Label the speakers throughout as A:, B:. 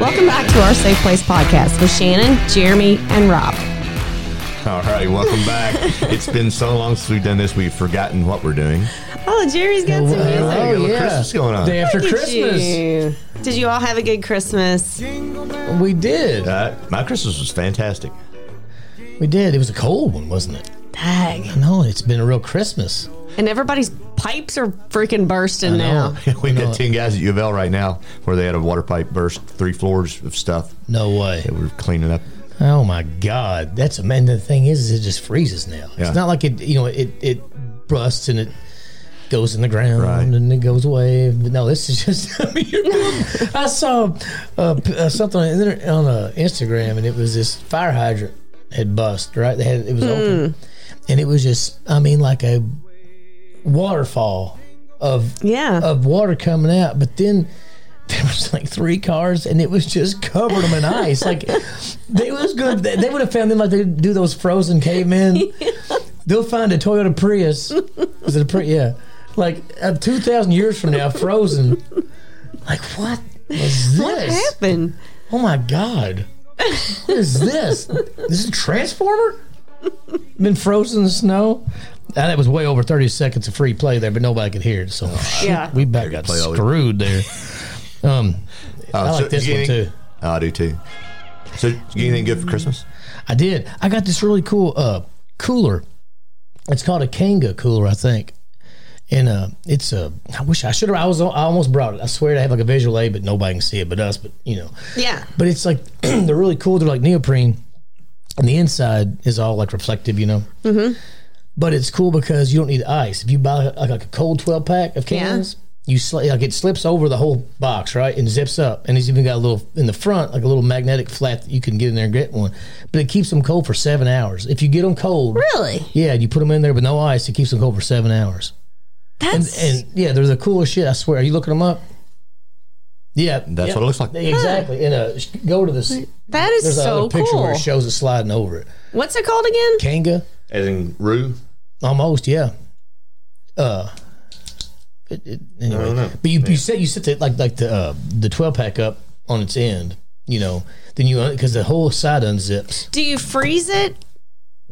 A: Welcome back to our Safe Place podcast with Shannon, Jeremy, and Rob.
B: All right, welcome back. it's been so long since we've done this, we've forgotten what we're doing.
A: Oh, Jeremy's got some music.
B: Hey,
C: Oh,
B: look,
C: yeah.
B: Christmas going on.
C: Day after
A: Look at
C: Christmas.
A: you. Did you all have a good Christmas?
C: We did.
B: Uh, my Christmas was fantastic.
C: We did. It was a cold one, wasn't it?
A: Dang.
C: No, it's been a real Christmas.
A: And everybody's pipes are freaking bursting
C: know.
A: now.
B: We've got 10 guys at U of L right now where they had a water pipe burst, three floors of stuff
C: No way.
B: that we're cleaning up.
C: Oh my God. That's and the thing is, is it just freezes now.
B: Yeah.
C: It's not like it, you know, it it busts and it goes in the ground
B: Right.
C: and it goes away. But no, this is just. I, mean, you're- I saw uh, p- uh, something on, the inter- on uh, Instagram and it was this fire hydrant had bust right. They had it was open and it was just. I mean, like a waterfall of
A: Yeah.
C: of water coming out, but then there was like three cars, and it was just covered them in ice. Like they was good. They, they would have found them like they do those frozen cavemen. They'll find a Toyota Prius. Is it a Prius? Yeah, like uh, two thousand years from now, frozen. Like what was
A: What
C: this?
A: happened?
C: Oh my god! What is this? This is a transformer? Been frozen in the snow? And it was way over thirty seconds of free play there, but nobody could hear it. So
A: Yeah.
C: we back got
B: Oh, play all we-
C: screwed there. Um, I
B: Uh, so
C: like this
B: you
C: one
B: get any-
C: too.
B: Oh, I do too. So, you get anything good for Christmas?
C: I did. I got this really cool uh, cooler. It's called a Kanga cooler, I think. And uh, it's a. I wish I should have. I was. I almost brought it. I swear I have like a visual aid, but nobody can see it but us. But you know,
A: Yeah.
C: But it's like they're really cool. They're like neoprene, and the inside is all like reflective, you know. Mm-hmm. But it's cool because you don't need ice. If you buy like, like a cold twelve pack of cans, you sli- like it slips over the whole box, right, and zips up. And it's even got a little in the front, like a little magnetic flat that you can get in there and get one. But it keeps them cold for seven hours. If you get them cold,
A: Really?
C: yeah, and you put them in there with no ice, it keeps them cold for seven hours.
A: That's
C: And yeah, they're the coolest shit. I swear. Are you looking them up? Yeah,
B: That's
C: yeah.
B: what it looks like.
C: Exactly. And uh, sh- go to this.
A: that is
C: There's
A: so
C: another picture
A: cool.
C: where it shows it sliding over it.
A: What's it called again?
C: Kanga,
B: As in Rue?
C: almost, yeah. Uh, it, it, anyway, but you, you set you set the like like the uh, the twelve pack up on its end, you know. Then you because the whole side unzips.
A: Do you freeze it?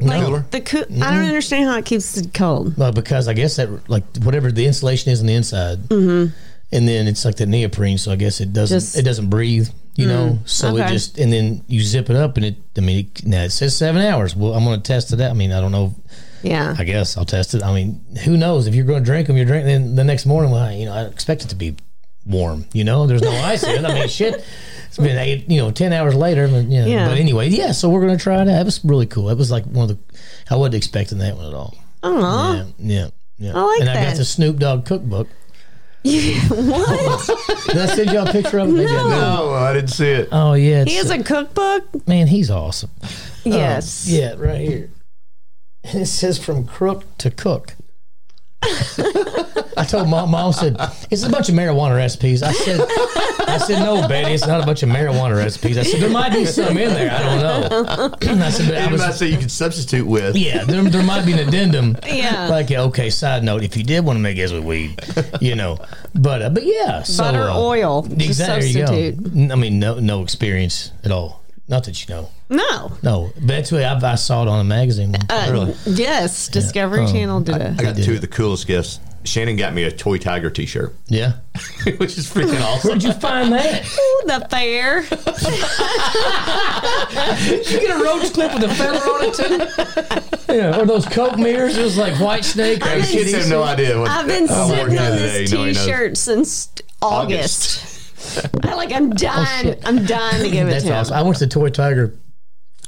B: Cooler?
A: The coo- I
C: Mm-hmm.
A: don't understand how it keeps it cold.
C: Well, because I guess that like whatever the insulation is on the inside, and then it's like the neoprene, so I guess it doesn't
A: Mm-hmm. Just- Mm,
C: it doesn't breathe, you know. So it
A: okay.
C: just and then you zip it up, and it I mean it, now it says seven hours. Well, I'm going to test it out. I mean I don't know.
A: Yeah.
C: I guess I'll test it. I mean, who knows if you're going to drink them? You're drinking then the next morning. Well, I, you know, I expect it to be warm. You know, there's no ice in it. I mean, shit. It's been eight, you know, ten hours later. But, you know,
A: Yeah.
C: but anyway, yeah. So we're going to try it out. It was really cool. It was like one of the. I wasn't expecting that one at all.
A: Oh.
C: Yeah, yeah. yeah.
A: I like
C: and I
A: that.
C: got the Snoop Dogg cookbook.
A: What?
C: Did I send y'all a picture of it? Maybe I did.
B: No, I didn't see it.
C: Oh yeah, it's,
A: He has a cookbook?
C: man, he's awesome.
A: Yes.
C: Oh, Yeah, right here. And it says from crook to cook. I told mom, mom said, it's a bunch of marijuana recipes. I said, I said, no, Betty, it's not a bunch of marijuana recipes. I said, there might be some in there. I don't know. I said, but I
B: I might
C: was,
B: say you could substitute with.
C: yeah, there, there might be an addendum.
A: Yeah.
C: Like, yeah, okay, side note, if you did want to make this with weed, you know, but, uh, but yeah. So,
A: Butter,
C: uh,
A: oil.
C: Exactly.
A: Just
C: There you
A: substitute.
C: go. N- I mean, no, no experience at all. Not that you know.
A: No.
C: No, but that's what I, I saw it on a magazine.
A: Uh,
B: Really? Oh.
A: Yes. Discovery Channel did it.
B: I got two of the coolest gifts. Shannon got me a Toy Tiger t shirt,
C: yeah.
B: which is freaking awesome.
C: Where'd you find that?
A: Ooh, the fair.
C: Did you get a roach clip with a feather on it too? Yeah, or those Coke mirrors? It was like white snake. Or
A: been
B: Kids have no idea what
A: I've been
B: I wore
A: sitting
B: it the
A: on
B: other
A: this
B: day. No, he knows.
A: T-shirt since August. I like. I'm
B: Oh,
A: dying.
C: shit.
A: I'm dying to give it
C: That's
A: to him.
C: awesome. I went to Toy Tiger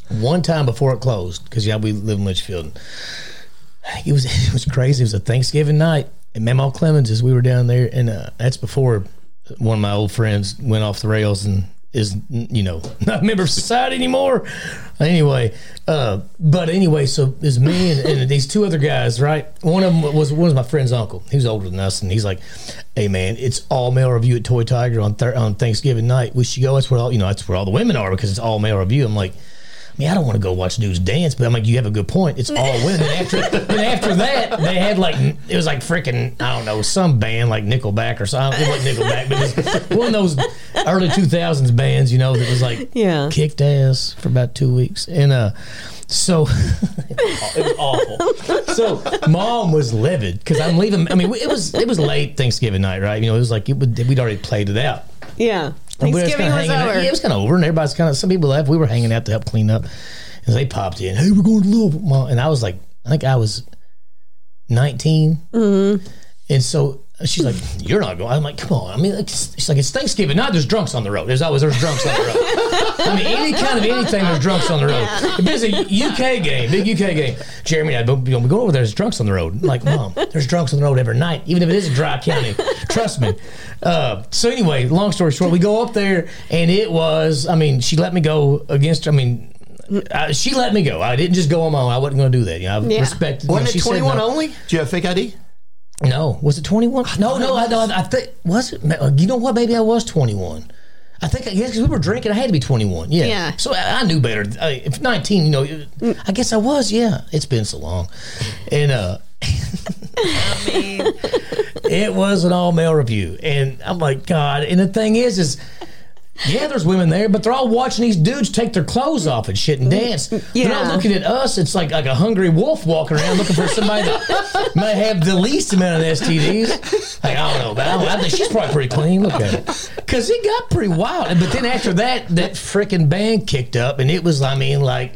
C: one time before it closed because yeah, we live in Litchfield. It was it was crazy. It was a Thanksgiving night at Mamaw Clemens's. We were down there, and uh, that's before one of my old friends went off the rails and is you know not a member of society anymore. Anyway, uh, but anyway, so it's me and, and these two other guys, right? One of them was was my friend's uncle. He was older than us, and he's like, "Hey man, it's all male review at Toy Tiger on thir- on Thanksgiving night. We should go. That's where all you know. That's where all the women are because it's all male review." I'm like. mean, I don't want to go watch dudes dance, but I'm like, you have a good point. It's all women. After then, after that, they had like it was like freaking I don't know some band like Nickelback or something. It wasn't Nickelback, but it was one of those early 2000s bands, you know, that was like
A: Yeah.
C: kicked ass for about two weeks, and uh, so it was awful. so mom was livid because I'm leaving. I mean, it was it was late Thanksgiving night, right? You know, it was like it would, we'd already played it out.
A: Yeah.
C: And we
A: Thanksgiving
C: kinda
A: was
C: hanging out-
A: over.
C: Yeah, it was kind of over, and everybody's kind of. Some people left. We were hanging out to help clean up, and they popped in. Hey, we're going to Louisville, Mom." and I was like, I think I was 19 and so. She's like, you're not going. I'm like, come on. I mean, like, she's like, it's Thanksgiving. Not there's drunks on the road. There's always there's drunks on the road. I mean, any kind of anything there's drunks on the road. If it's a UK game, big UK game, Jeremy and I both you know, we go over there. There's drunks on the road. I'm like, mom, there's drunks on the road every night, even if it is a dry county. Trust me. Uh, so anyway, long story short, we go up there, and it was. I mean, she let me go against. I mean. I, she let me go. I didn't just go on my own. I wasn't going to do that. You know, I
A: Yeah.
C: respected. you know,
B: Wasn't
C: she
B: it
C: said
B: 21
C: no.
B: only? Do you have fake ID?
C: No, was it 21? No, no, I, no, I think was it. ma- You know what? Maybe I was 21. I think yes, 'cause we were drinking. I had to be 21. Yeah.
A: Yeah.
C: So I, I knew better. I, if 19, you know, it- I guess I was. Yeah. It's been so long, and uh, I mean, it was an all male review, and I'm like, God. And the thing is, is. Yeah, there's women there, but they're all watching these dudes take their clothes off and shit and dance. They're not
A: Yeah.
C: looking at us. It's like like a hungry wolf walking around looking for somebody that may have the least amount of STDs. Like, I don't know, but I, don't- I think she's probably pretty clean. Look at it, because it got pretty wild. But then after that, that freaking band kicked up, and it was I mean like.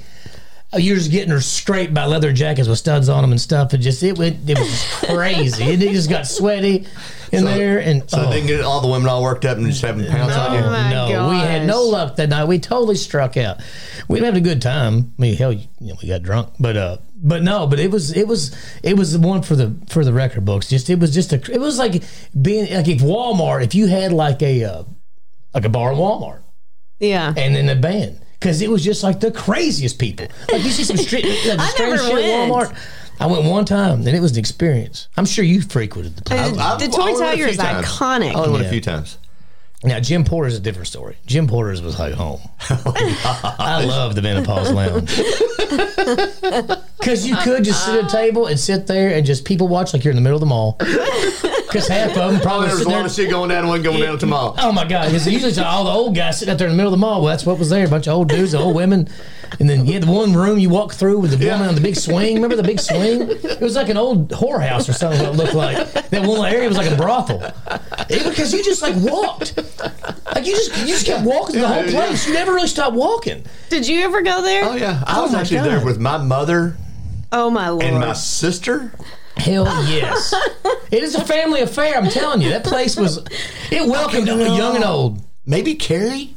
C: uh, You're just getting her scraped by leather jackets with studs on them and stuff, and just it went, it was just crazy. and it just got sweaty in there, and
B: So
C: oh.
B: they can get all the women all worked up and just having pounds on you.
A: Oh my
C: no, we had
A: gosh.
C: no luck that night. We totally struck out. We had a good time. I mean, hell, you know, we got drunk, but uh, but no, but it was it was it was the one for the for the record books. Just it was just a it was like being like if Walmart if you had like a uh, like a bar in Walmart
A: Yeah.
C: and then a band because it was just like the craziest people. Like you see some street like the
A: I
C: strange
A: never
C: shit at
A: went.
C: Walmart. I went one time and it was an experience. I'm sure you frequented the place.
B: I've-
A: the
B: I've
A: Toy
B: only went a
A: Tiger
B: few
A: is
B: times. Oh.
A: iconic.
B: I only went
C: Yeah.
B: a few times.
C: Now, Jim Porter's a different story. Jim Porter's was like home. I love the menopause lounge. Because you could just sit at a table and sit there and just people watch like you're in the middle of the mall. Because half of them probably
B: There was
C: sitting
B: one
C: there.
B: shit going down, one going down tomorrow.
C: Oh my God! Because usually it's all the old guys sitting out there in the middle of the mall. Well, that's what was there—a bunch of old dudes, old women, and then you had the one room you walk through with the woman on the big swing. Remember the big swing? It was like an old whorehouse or something. What it looked like that one area was like a brothel. It- because you just like walked, like you just you just kept walking the whole
B: Yeah, yeah.
C: place. You never really stopped walking.
A: Did you ever go there?
B: Oh yeah, I
C: Oh,
B: was
C: my
B: actually there
C: God.
B: with my mother
A: Oh, my lord.
B: and my sister.
C: Hell yes, it is a family affair. I'm telling you, that place was it welcomed young and old.
B: Maybe Carrie.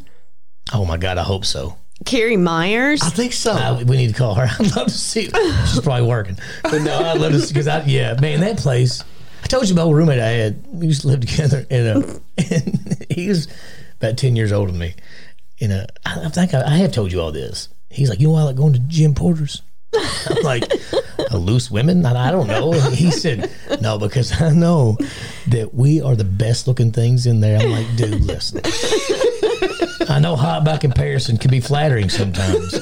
C: Oh my God! I hope so.
A: Carrie Myers.
B: I think so.
C: I, we need to call her. I'd love to see. She's probably working, but no, I'd love to see because I yeah, man, that place. I told you my old roommate I had. We used to live together, and, uh, and he was about ten years older than me. And uh, I, I think I, I have told you all this. He's like, you know, why I like going to Jim Porter's. I'm like, "Uh, loose women? I, I don't know. He said, no, because I know that we are the best looking things in there. I'm like, dude, listen. I know hot by comparison can be flattering sometimes,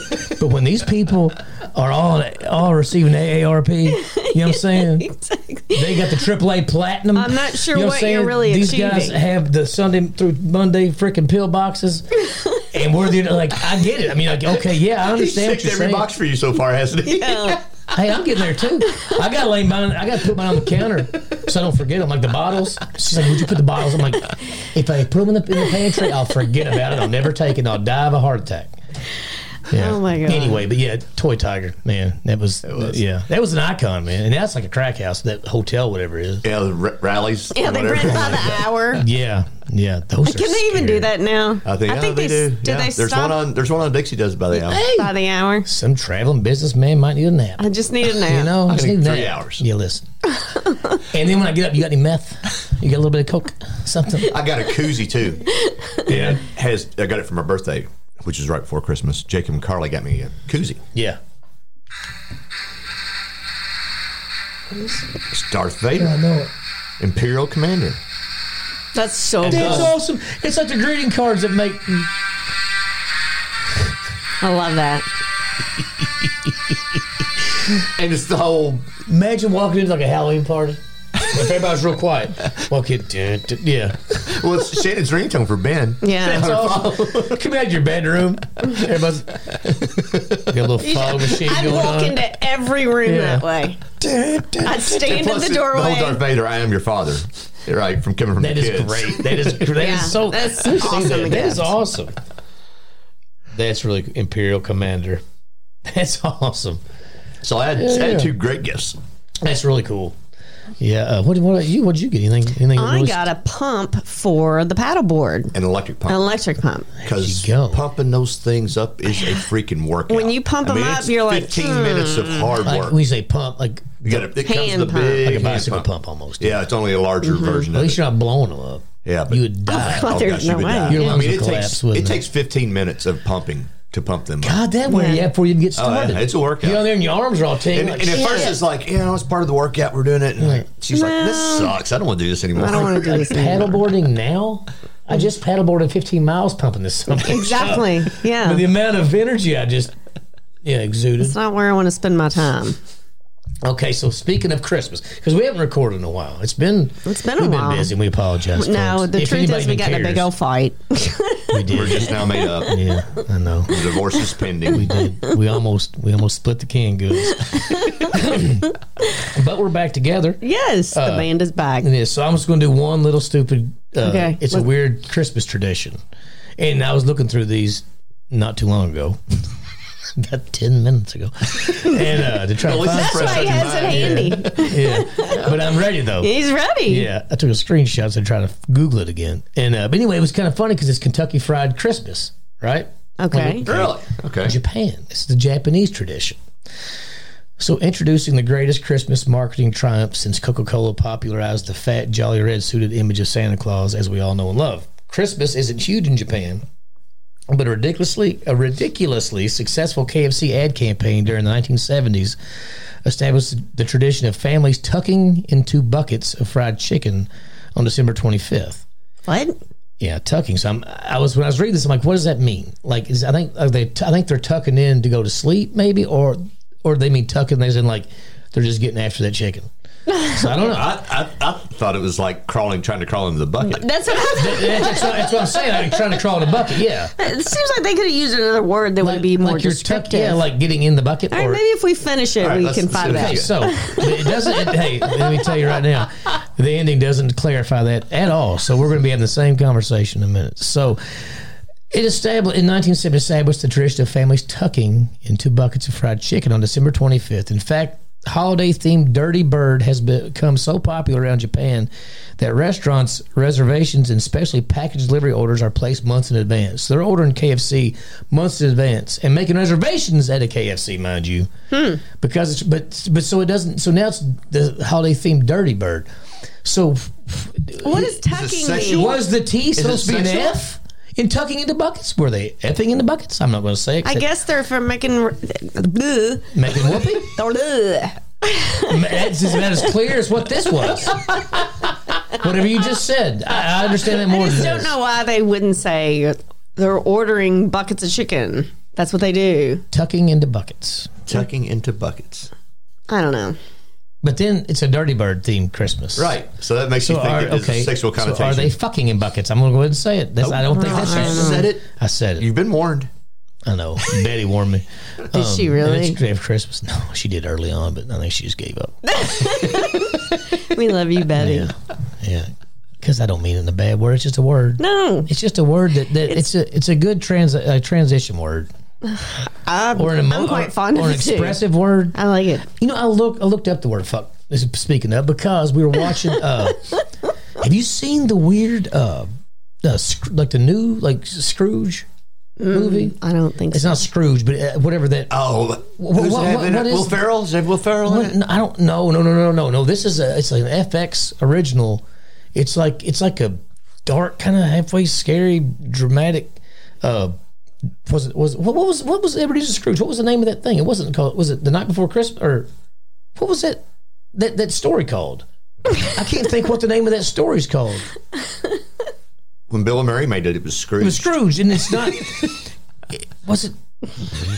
C: but when these people are all all receiving AARP, you know what I'm saying? They got the AAA platinum.
A: I'm not sure
C: know
A: what
C: I'm
A: you're really
C: These guys
A: achieving.
C: have the Sunday through Monday freaking pill boxes, and we're the like I get it. I mean, like okay, yeah, I
B: He's
C: understand what
B: ticked
C: you're
B: every
C: saying.
B: box for you so far, hasn't he?
A: Oh,
C: Hey, I'm getting there too. I got to lay mine. I got to put mine on the counter so I don't forget them. Like the bottles. She's like, "Would you put the bottles?" I'm like, "If I put them in the, in the pantry, I'll forget about it. I'll never take it. and I'll die of a heart attack." Yeah.
A: Oh, my God.
C: Anyway, but yeah, Toy Tiger, man, that was, yeah, that was an icon, man, and that's like a crack house, that hotel, whatever it is.
B: Yeah, the r- rallies.
A: yeah,
B: and
A: they
B: whatever.
A: rent by the hour.
C: Yeah, yeah, those.
A: Can they even do that now?
B: I think, yeah, they,
A: s-
B: do.
A: Did
B: yeah.
A: they
B: there's
A: stop
B: one on there's one on Dixie does by the hour.
A: by the hour?
C: Some traveling businessman might need a nap.
A: I just need to know.
C: You know, just
B: need
C: need
B: three
C: that.
B: hours.
C: Yeah, listen. and then when I get up, you got any meth? You got a little bit of coke, something?
B: I got a koozie too. yeah, has I got it for my birthday, which is right before Christmas. Jacob and Carly got me a koozie.
C: Yeah.
B: It's Darth Vader,
C: know it.
B: Imperial Commander.
A: That's so
C: Dude, it's
A: cool.
C: awesome. It's like the greeting cards that make.
A: I love that.
B: and it's the whole
C: Imagine walking into like a Halloween party. If everybody's real quiet, walk in. duh, duh, yeah.
B: well, it's Shannon's ringtone for Ben.
A: Yeah.
C: That's awesome. Come out of your bedroom. Everybody's got a little fog machine
A: I'd
C: going
A: walk
C: on.
A: into every room
C: Yeah.
A: that way. I'd stand in
B: Plus,
A: the
B: it's The whole
A: doorway.
B: Darth Vader, I am your father. Right, from coming from
C: that
B: the
C: is
B: kids.
C: great. That is great. That is
A: Yeah,
C: so.
A: that's
C: I've seen
A: awesome
C: that. that
A: again.
C: is awesome. That's really Imperial Commander. That's awesome.
B: So I had, I
C: yeah.
B: had two great gifts.
C: That's really cool. Yeah. Uh, what? What? You? What did you get? Anything? Anything? that
A: I
C: really-
A: got a pump for the paddleboard,
B: An electric
A: an
B: pump.
A: electric pump.
B: Because
C: you go.
B: pumping those things up is a freaking workout.
A: When you pump
B: I mean,
A: them up,
B: it's
A: you're like, hmm.
B: 15 minutes of hard
C: Like,
B: work.
C: when you say pump, like
B: you got it comes
A: Hand
B: the
A: pump.
B: big
C: like a
B: hand
C: bicycle pump. almost.
B: Yeah, it's only a larger version
C: At
B: of
C: least
B: it.
C: you're not blowing them up.
B: Yeah, but
C: You would die.
A: Oh, there's no
B: you would
A: way.
B: die.
A: Your
B: I
C: lungs
B: mean,
C: would
B: it
C: collapse,
B: takes
C: wouldn't
B: it,
C: it?
B: takes 15 minutes of pumping to pump them up.
C: God, that way.
A: Yeah.
C: Yeah. Before you get
B: Oh, yeah,
C: started.
B: it's a workout.
C: You're on there and your arms are all tingling.
B: And,
C: like,
B: and at
C: shit.
B: first it's like, you know, it's part of the workout. We're doing it. And
C: Right.
B: she's like, this
A: No.
B: sucks. I don't want to do this anymore.
A: I don't want to do this anymore.
C: paddleboarding now. I just paddleboarded 15 miles pumping this summer.
A: Exactly. Yeah.
C: But the amount of energy I just yeah exuded.
A: It's not where I want to spend my time.
C: Okay, so speaking of Christmas, because we haven't recorded in a while, it's been
A: It's been a
C: we've
A: while.
C: been busy. and We apologize.
A: No,
C: folks.
A: the
C: If
A: truth
C: anybody
A: is we
C: even
A: got in a big
C: cares,
A: old fight.
B: We're
C: We did.
B: just now made up.
C: yeah, I know.
B: The divorce is pending.
C: Um, We almost we almost split the canned goods, but we're back together.
A: yes, the band is back.
C: And this, so I'm just going to do one little stupid. Uh,
A: Okay,
C: it's a
A: let's-
C: weird Christmas tradition, and I was looking through these not too long ago, about ten minutes ago, and uh, to try to
B: Well, this is
C: find.
A: That's why he
B: fresh
A: has it handy.
C: yeah, but I'm ready though.
A: He's ready.
C: Yeah, I took a screenshot and tried to Google it again. And uh, but anyway, it was kind of funny because it's Kentucky Fried Christmas, right?
A: Okay.
B: Really? Okay.
C: Japan. It's the Japanese tradition. So, introducing the greatest Christmas marketing triumph since Coca Cola popularized the fat, jolly red suited image of Santa Claus, as we all know and love. Christmas isn't huge in Japan, but a ridiculously, a ridiculously successful KFC ad campaign during the 1970s established the tradition of families tucking into buckets of fried chicken on December 25th.
A: What?
C: Yeah, tucking. So I'm, I was when I was reading this, I'm like, what does that mean? Like, is I think are they, I think they're tucking in to go to sleep, maybe, or or they mean tucking as in like they're just getting after that chicken. So I don't know. I,
B: I, I, I thought it was like crawling, trying to crawl into the bucket.
A: That's what I
C: that's, that's what, that's what I'm saying. I'm trying to crawl in a bucket. Yeah,
A: It seems like they could have used another word that would be more
C: you're
A: descriptive.
C: yeah, like getting in the bucket.
A: All right,
C: or,
A: maybe if we finish it,
B: right,
A: we
B: let's-
A: can
B: let's
A: find
B: finish
A: out.
C: Okay, so it doesn't. It, hey, let me tell you right now, the ending doesn't clarify that at all. So we're going to be having the same conversation in a minute. So it established in 1970 established the tradition of families tucking into buckets of fried chicken on December 25th. In fact. Holiday themed Dirty Bird has become so popular around Japan that restaurants' reservations and especially package delivery orders are placed months in advance. They're ordering KFC months in advance and making reservations at a KFC, mind you because it's but but so it doesn't so now it's the holiday themed dirty bird so f-
A: What is tucking
B: sexual?
A: mean?
C: was the t supposed to be an
B: sexual?
C: f in tucking into buckets were they effing into buckets i'm not going to say
A: I
C: except
A: guess they're for making. r- bleh,
C: making whoopee
A: or bleh.
C: that's as, that as clear as what this was whatever you just said i, I understand that more
A: I just
C: than
A: don't
C: this.
A: know why they wouldn't say they're ordering buckets of chicken. That's what they do.
C: tucking into buckets
B: Tucking into buckets.
A: I don't know.
C: but then it's a dirty bird themed christmas
B: Right. So that makes you
C: so
B: think
C: are,
B: it is
C: okay
B: a sexual
C: so
B: connotation.
C: are they fucking in buckets i'm going to go ahead and say it that's, i don't think that's
B: You
C: right
B: said it.
C: i said it
B: You've been warned.
C: I know. Betty warned me. Did
A: she really?
C: It's day of Christmas. No, she did early on, but I think she just gave up.
A: We love you, Betty.
C: Yeah, because I don't mean it in a bad word. It's just a word.
A: No,
C: It's just a word that, that it's, a it's a good trans uh, transition word
A: I'm,
C: or an
A: I'm
C: emo-
A: quite
C: or-
A: fond
C: or
A: of
C: an
A: it too.
C: expressive word.
A: I like it.
C: You know, I look I looked up the word fuck. This is speaking of because we were watching. Uh, have you seen the weird uh, uh, sc- like the new like Scrooge movie?
A: I don't think
C: It's
A: so.
C: not Scrooge, but uh, whatever that
B: Oh,
C: Wha-
B: who's
C: wha-
B: that
C: what-
B: in
C: what
B: it?
C: is-
B: Will Ferrell? Is that Will Ferrell in
C: What?
B: it?
C: No, I don't. No, no, no, no, no, no. This is a. It's like an FX original. It's like it's like a dark, kind of halfway scary, dramatic. Uh, was it was what, what was what was Ebenezer Scrooge? What was the name of that thing? It wasn't called. Was it the night before Christmas or what was that that that story called? I can't think what the name of that story's called.
B: When Bill and Mary made it, it was
C: It
B: Scrooge.
C: was Scrooge, and it's not. was it?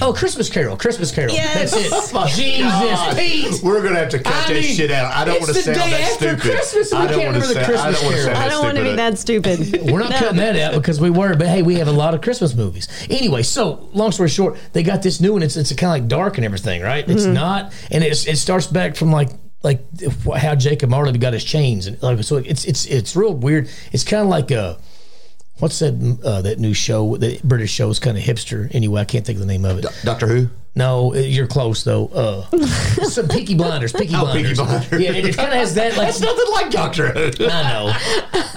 C: Oh, Christmas Carol, Christmas Carol.
A: Yes.
C: That's it. Jesus, Pete.
B: We're gonna have to cut
C: I
B: that
C: mean,
B: shit out. I don't
C: it's
B: want to
C: the
B: sound
C: day
B: that
C: after
B: stupid.
C: Christmas and
B: I
C: we
B: don't
C: can't
B: wanna
C: remember the
B: sound- I
C: Christmas
B: don't wanna
C: Carol.
B: sound
A: I
B: that
A: don't want to
B: stupid.
A: be that stupid.
C: We're not
A: No.
C: cutting that out because we were, but hey, we have a lot of Christmas movies. Anyway, so long story short, they got this new one. It's it's kind of like dark and everything, right? It's not, and it's, it starts back from like like wh- how Jacob Marley got his chains, and like so it's it's it's real weird. It's kind of like a. What's that? Uh, that new show, the British show, is kind of hipster. Anyway, I can't think of the name of it.
B: Doctor Who.
C: No, you're close though. Uh, some Peaky Blinders, Peaky
B: Oh, Peaky
C: Blinders.
B: Blinders.
C: Yeah, it, it kind of has that like.
B: It's nothing like Doctor Who.
C: I know,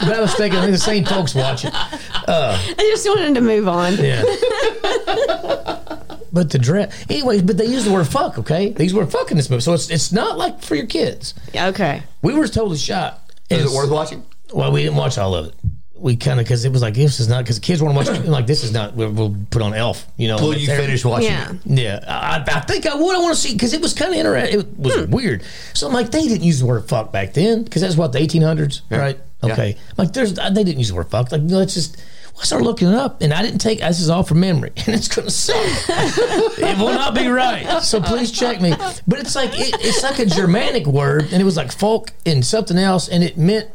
C: but I was thinking I think the same folks watch it.
A: I just wanted to move on.
C: Yeah. but the dress, anyways. But they use the word "fuck." Okay, they use the word "fuck" in this movie, so it's it's not like for your kids.
A: Okay.
C: We were totally shocked.
B: Is
C: It's-
B: it worth watching?
C: Well, we didn't watch all of it. We kind of because it was like this is not because kids want to watch like this is not. We'll, we'll put on Elf. You know,
B: Will
C: like
B: you
C: they're-
B: finish watching?
A: Yeah.
B: it?
C: yeah, I, I think I would. I want to see because it was kind of interesting. It was
B: Hmm.
C: weird. So I'm like, they didn't use the word fuck back then because that's what the 1800s, right?
B: Yeah.
C: Okay, like there's uh, they didn't use the word fuck. Like let's just. well, I started looking it up, and I didn't take. This is all from memory, and it's gonna suck. it will not be right. So please check me. But it's like it, it's like a Germanic word, and it was like folk and something else, and it meant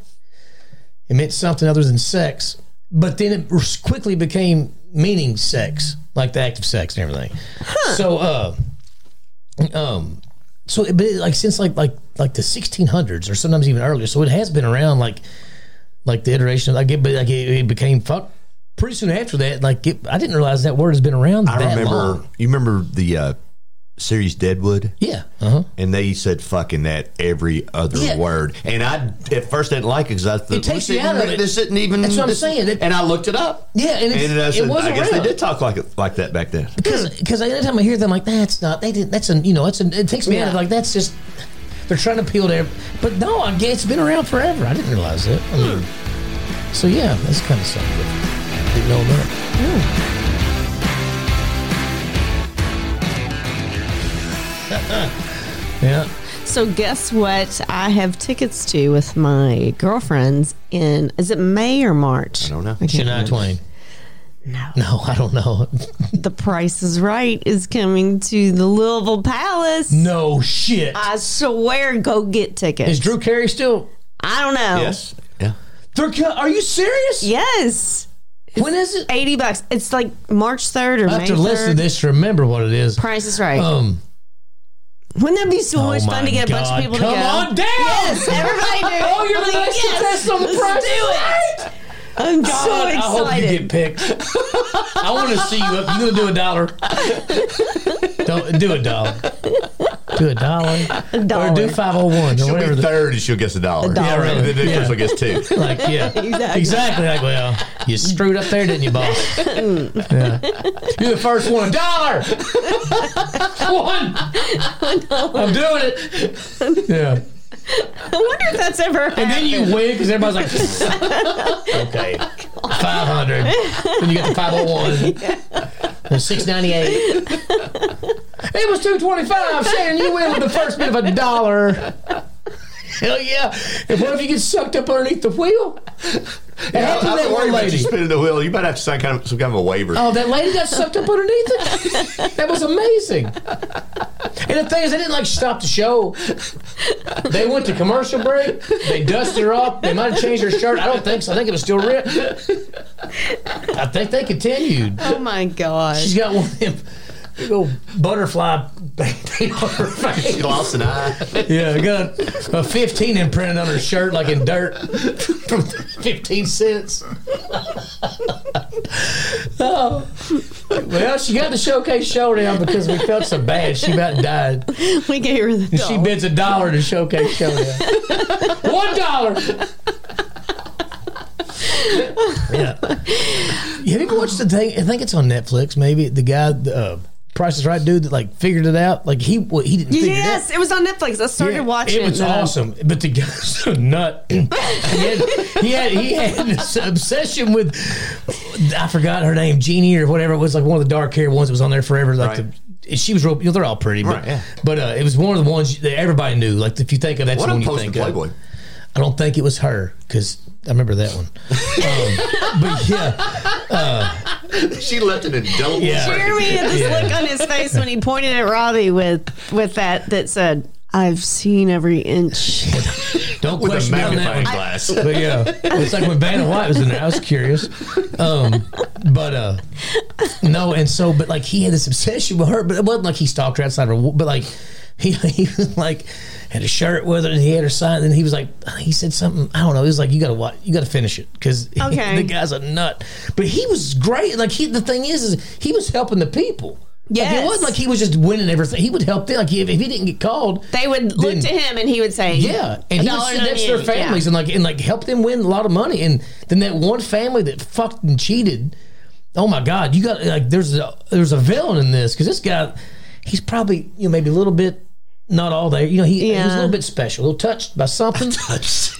C: it meant something other than sex. But then it quickly became meaning sex, like the act of sex and everything. So, uh, um, so it- but it, like since like like like the 1600s or sometimes even earlier. So it has been around like like the iteration of like it, but like it, it became fuck pretty soon after that. Like it, I didn't realize that word has been around.
B: I
C: that
B: remember.
C: long.
B: You remember the uh, series Deadwood?
C: Yeah. Uh-huh.
B: and they said fucking that every other
C: Yeah.
B: word. And I at first didn't like it because I thought
C: It takes
B: this
C: you out
B: isn't-
C: of it.
B: This isn't even.
C: That's what I'm
B: this-
C: saying. It-
B: and I looked it up.
C: Yeah, and it's-
B: and I,
C: it
B: said,
C: wasn't
B: I guess
C: real.
B: they did talk like it, like that back then.
C: because anytime I hear them, I'm like that's not they did that's an you know that's an, it takes me out of
A: Yeah.
C: like that's just they're trying to appeal to every, but no I guess it's been around forever I didn't realize it I mean, so yeah that's kind of something I didn't know about yeah
A: So guess what? I have tickets to with my girlfriends in is it May or March? I
B: don't know.
A: can't
C: Shania
A: remember.
C: Twain no I don't know
A: The Price is Right is coming to the Louisville Palace.
C: no shit
A: I swear, go get tickets.
C: is Drew Carey still
A: I don't
C: Oh.
A: know.
B: Yes. Yeah.
C: they're co- are you serious
A: Yes.
C: when is it
A: Eighty bucks. It's like March third or
C: I
A: May
C: have to listen to
A: 3rd.
C: this to remember what it is
A: Price is Right.
C: um
A: Wouldn't that be so much
C: Oh my
A: fun to get a bunch
C: God.
A: of people
C: Come
A: to go?
C: on down!
A: Yes, everybody do.
C: Oh, you're the
A: Like,
C: next contestant on The
A: let's
C: Price
A: do it. I'm so
C: God, I hope you
A: excited.
C: get picked. I want to see you up. You gonna do a dollar? Don't do a dollar. Do a dollar. Or
A: dollar.
C: do five hundred one or
B: She'll
C: whatever.
B: be
C: the-
B: third, and she'll guess a dollar.
A: dollar.
B: Yeah, right. And then this
C: Yeah.
B: person gets two.
C: like yeah,
A: Exactly.
C: exactly. Like well, you screwed up there, didn't you, boss?
A: Mm.
C: Yeah. You're the first one. A dollar. one. I'm doing it. Yeah.
A: I wonder if that's ever.
C: And then you win because everybody's like, okay, 500. Then you get the 501. The 698. It was 225. Sharon, you win with the first bit of a dollar. Hell yeah. And what if you get sucked up underneath the wheel? It happened to
B: I'm
C: that
B: worried
C: one
B: about you
C: lady.
B: spinning the wheel. You might have to sign kind of, some kind of a waiver.
C: Oh, that lady got sucked up underneath it. That was amazing. And the thing is, they didn't like stop the show. They went to commercial break. They dusted her up. They might have changed her shirt. I don't think so. I think it was still ripped. I think they continued.
A: Oh my gosh.
C: She's got one of them big old butterfly paint on her
B: She
C: face.
B: lost an eye.
C: Yeah, got a 15 imprinted on her shirt like in dirt from 15 cents. oh. Well, she got the showcase showdown because we felt so bad. She about died.
A: We gave her the
C: She
A: doll.
C: bids a dollar to showcase showdown. One dollar. yeah. Have you ever watched the thing? I think it's on Netflix. Maybe the guy, the uh, Price is Right dude, that like figured it out. Like he, well, he didn't. Figure it out.
A: Yes, it was on Netflix. I started
C: Yeah,
A: watching.
C: It was
A: though.
C: awesome, but the guy's a nut. he, had, he had he had this obsession with I forgot her name, Jeannie or whatever it was, like one of the dark hair ones that was on there forever. Like
B: Right.
C: the, she was real. You know, they're all pretty, but
B: Right, yeah.
C: but uh, it was one of the ones that everybody knew. Like if you think of that's
B: What
C: the
B: I'm
C: one you
B: posting
C: think of.
B: Playboy.
C: I don't think it was her because I remember that one. Um, but yeah,
B: she left an indelible.
C: Yeah.
B: impression.
A: Jeremy had this look on his face when he pointed at Robbie with with that that said, "I've seen every inch."
C: don't
B: with a
C: question me on that
B: magnifying
C: one.
B: glass.
C: But yeah, it's like when Vanna White was in there. I was curious, um, but uh, no, and so, but like he had this obsession with her, but it wasn't like he stalked her outside of her, but like he, he was like had a shirt with her, and he had her sign, and he was like he said something I don't know. He was like, you gotta watch, you gotta finish it because
A: Okay.
C: the guy's a nut, but he was great. Like he, the thing is, is he was helping the people. Like,
A: Yes.
C: it wasn't like he was just winning everything. He would help them. Like if, if he didn't get called,
A: They would look
C: Then-
A: to him and he would say,
C: yeah, and he would
A: dollar
C: sit next to their
A: ninety-eight, yeah.
C: families and like and like help them win a lot of money. And then that one family that fucked and cheated. Oh my God, you got like there's a there's a villain in this because this guy, he's probably you know maybe a little bit not all there. You know he, he was
A: Yeah.
C: a little bit special, a little touched by something.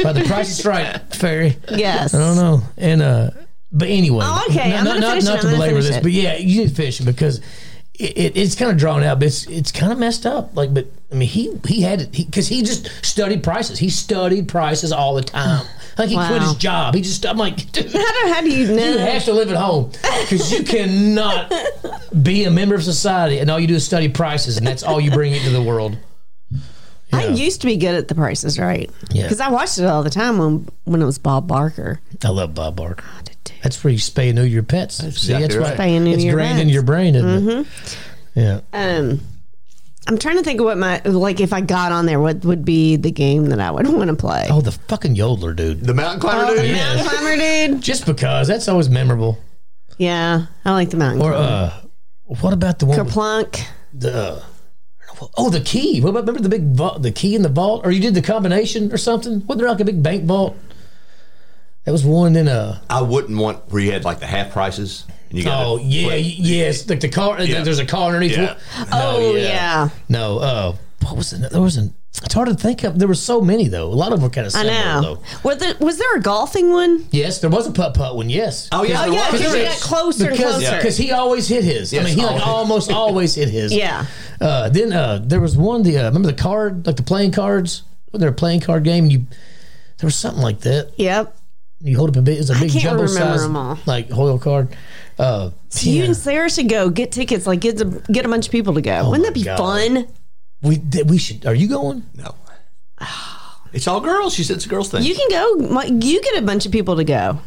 C: by the Price is Right fairy.
A: Yes.
C: I don't know. And uh, but anyway,
A: Oh, okay. I'm gonna
C: not not,
A: finish it.
C: not
A: I'm
C: to
A: gonna
C: belabor
A: finish
C: this,
A: it.
C: but yeah, you need to finish it because it, it, it's kind of drawn out, but it's it's kind of messed up. Like, but I mean, he he had it because he, just studied prices. He studied prices all the time. Like he quit
A: Wow.
C: his job. He just I'm like, dude,
A: How do, how do you know?
C: you have to live at home because you cannot be a member of society and all you do is study prices and that's all you bring into the world.
A: I used to be good at the prices, right?
C: Yeah.
A: Because I watched it all the time when when it was Bob Barker.
C: I love Bob Barker. That's where you spay and neuter your pets. See,
B: exactly
C: that's
B: right.
C: why
A: Spay and neuter
C: it's
A: your
C: grained
A: pets.
C: into your brain, isn't it? Yeah.
A: Um, I'm trying to think of what my like if I got on there, what would be the game that I would want to play?
C: Oh, the fucking yodeler, dude.
B: The mountain
C: Oh,
B: climber
A: the
B: dude.
A: mountain climber, dude.
C: Just because that's always memorable.
A: Yeah, I like the mountain
C: Or
A: climber.
C: uh, what about the one? With
A: Kerplunk.
C: the, uh, oh, the key. What about remember the big vault, the key in the vault, or you did the combination or something? Wasn't there like a big bank vault? That was one in a.
B: I wouldn't want where you had like the half prices. And you gotta
C: Oh yeah,
B: flip.
C: yes. Like the car.
B: Yeah.
C: There's a car underneath.
B: Yeah.
C: No,
A: Oh, yeah.
C: No. Uh, what was it? There was an. It's hard to think of. There were so many though. A lot of them were kind of
A: I
C: similar
A: know.
C: though.
A: Was there, was there a golfing one?
C: Yes, there was a putt putt one. Yes.
B: Oh
A: Oh
B: yeah. there
A: yeah,
B: was.
A: because you got closer and
C: because
A: closer.
C: because he always hit his. I
B: Yes,
C: mean, he
B: always.
C: like almost always hit his.
A: Yeah.
C: Uh, then uh, there was one. The uh, remember the card, like the playing cards. When they're a playing card game, you there was something like that.
A: Yep.
C: You hold up a bit. It's a big
A: can't
C: jumbo
A: remember
C: size,
A: them all.
C: like hoyle card. Uh,
A: You
C: yeah.
A: and Sarah should go get tickets. Like get a, get a bunch of people to go. Wouldn't that
C: Oh my
A: be
C: God.
A: fun?
C: we th- we should. Are you going?
B: No. It's all girls. She said it's a girls thing.
A: You can go. Mike, You get a bunch of people to go.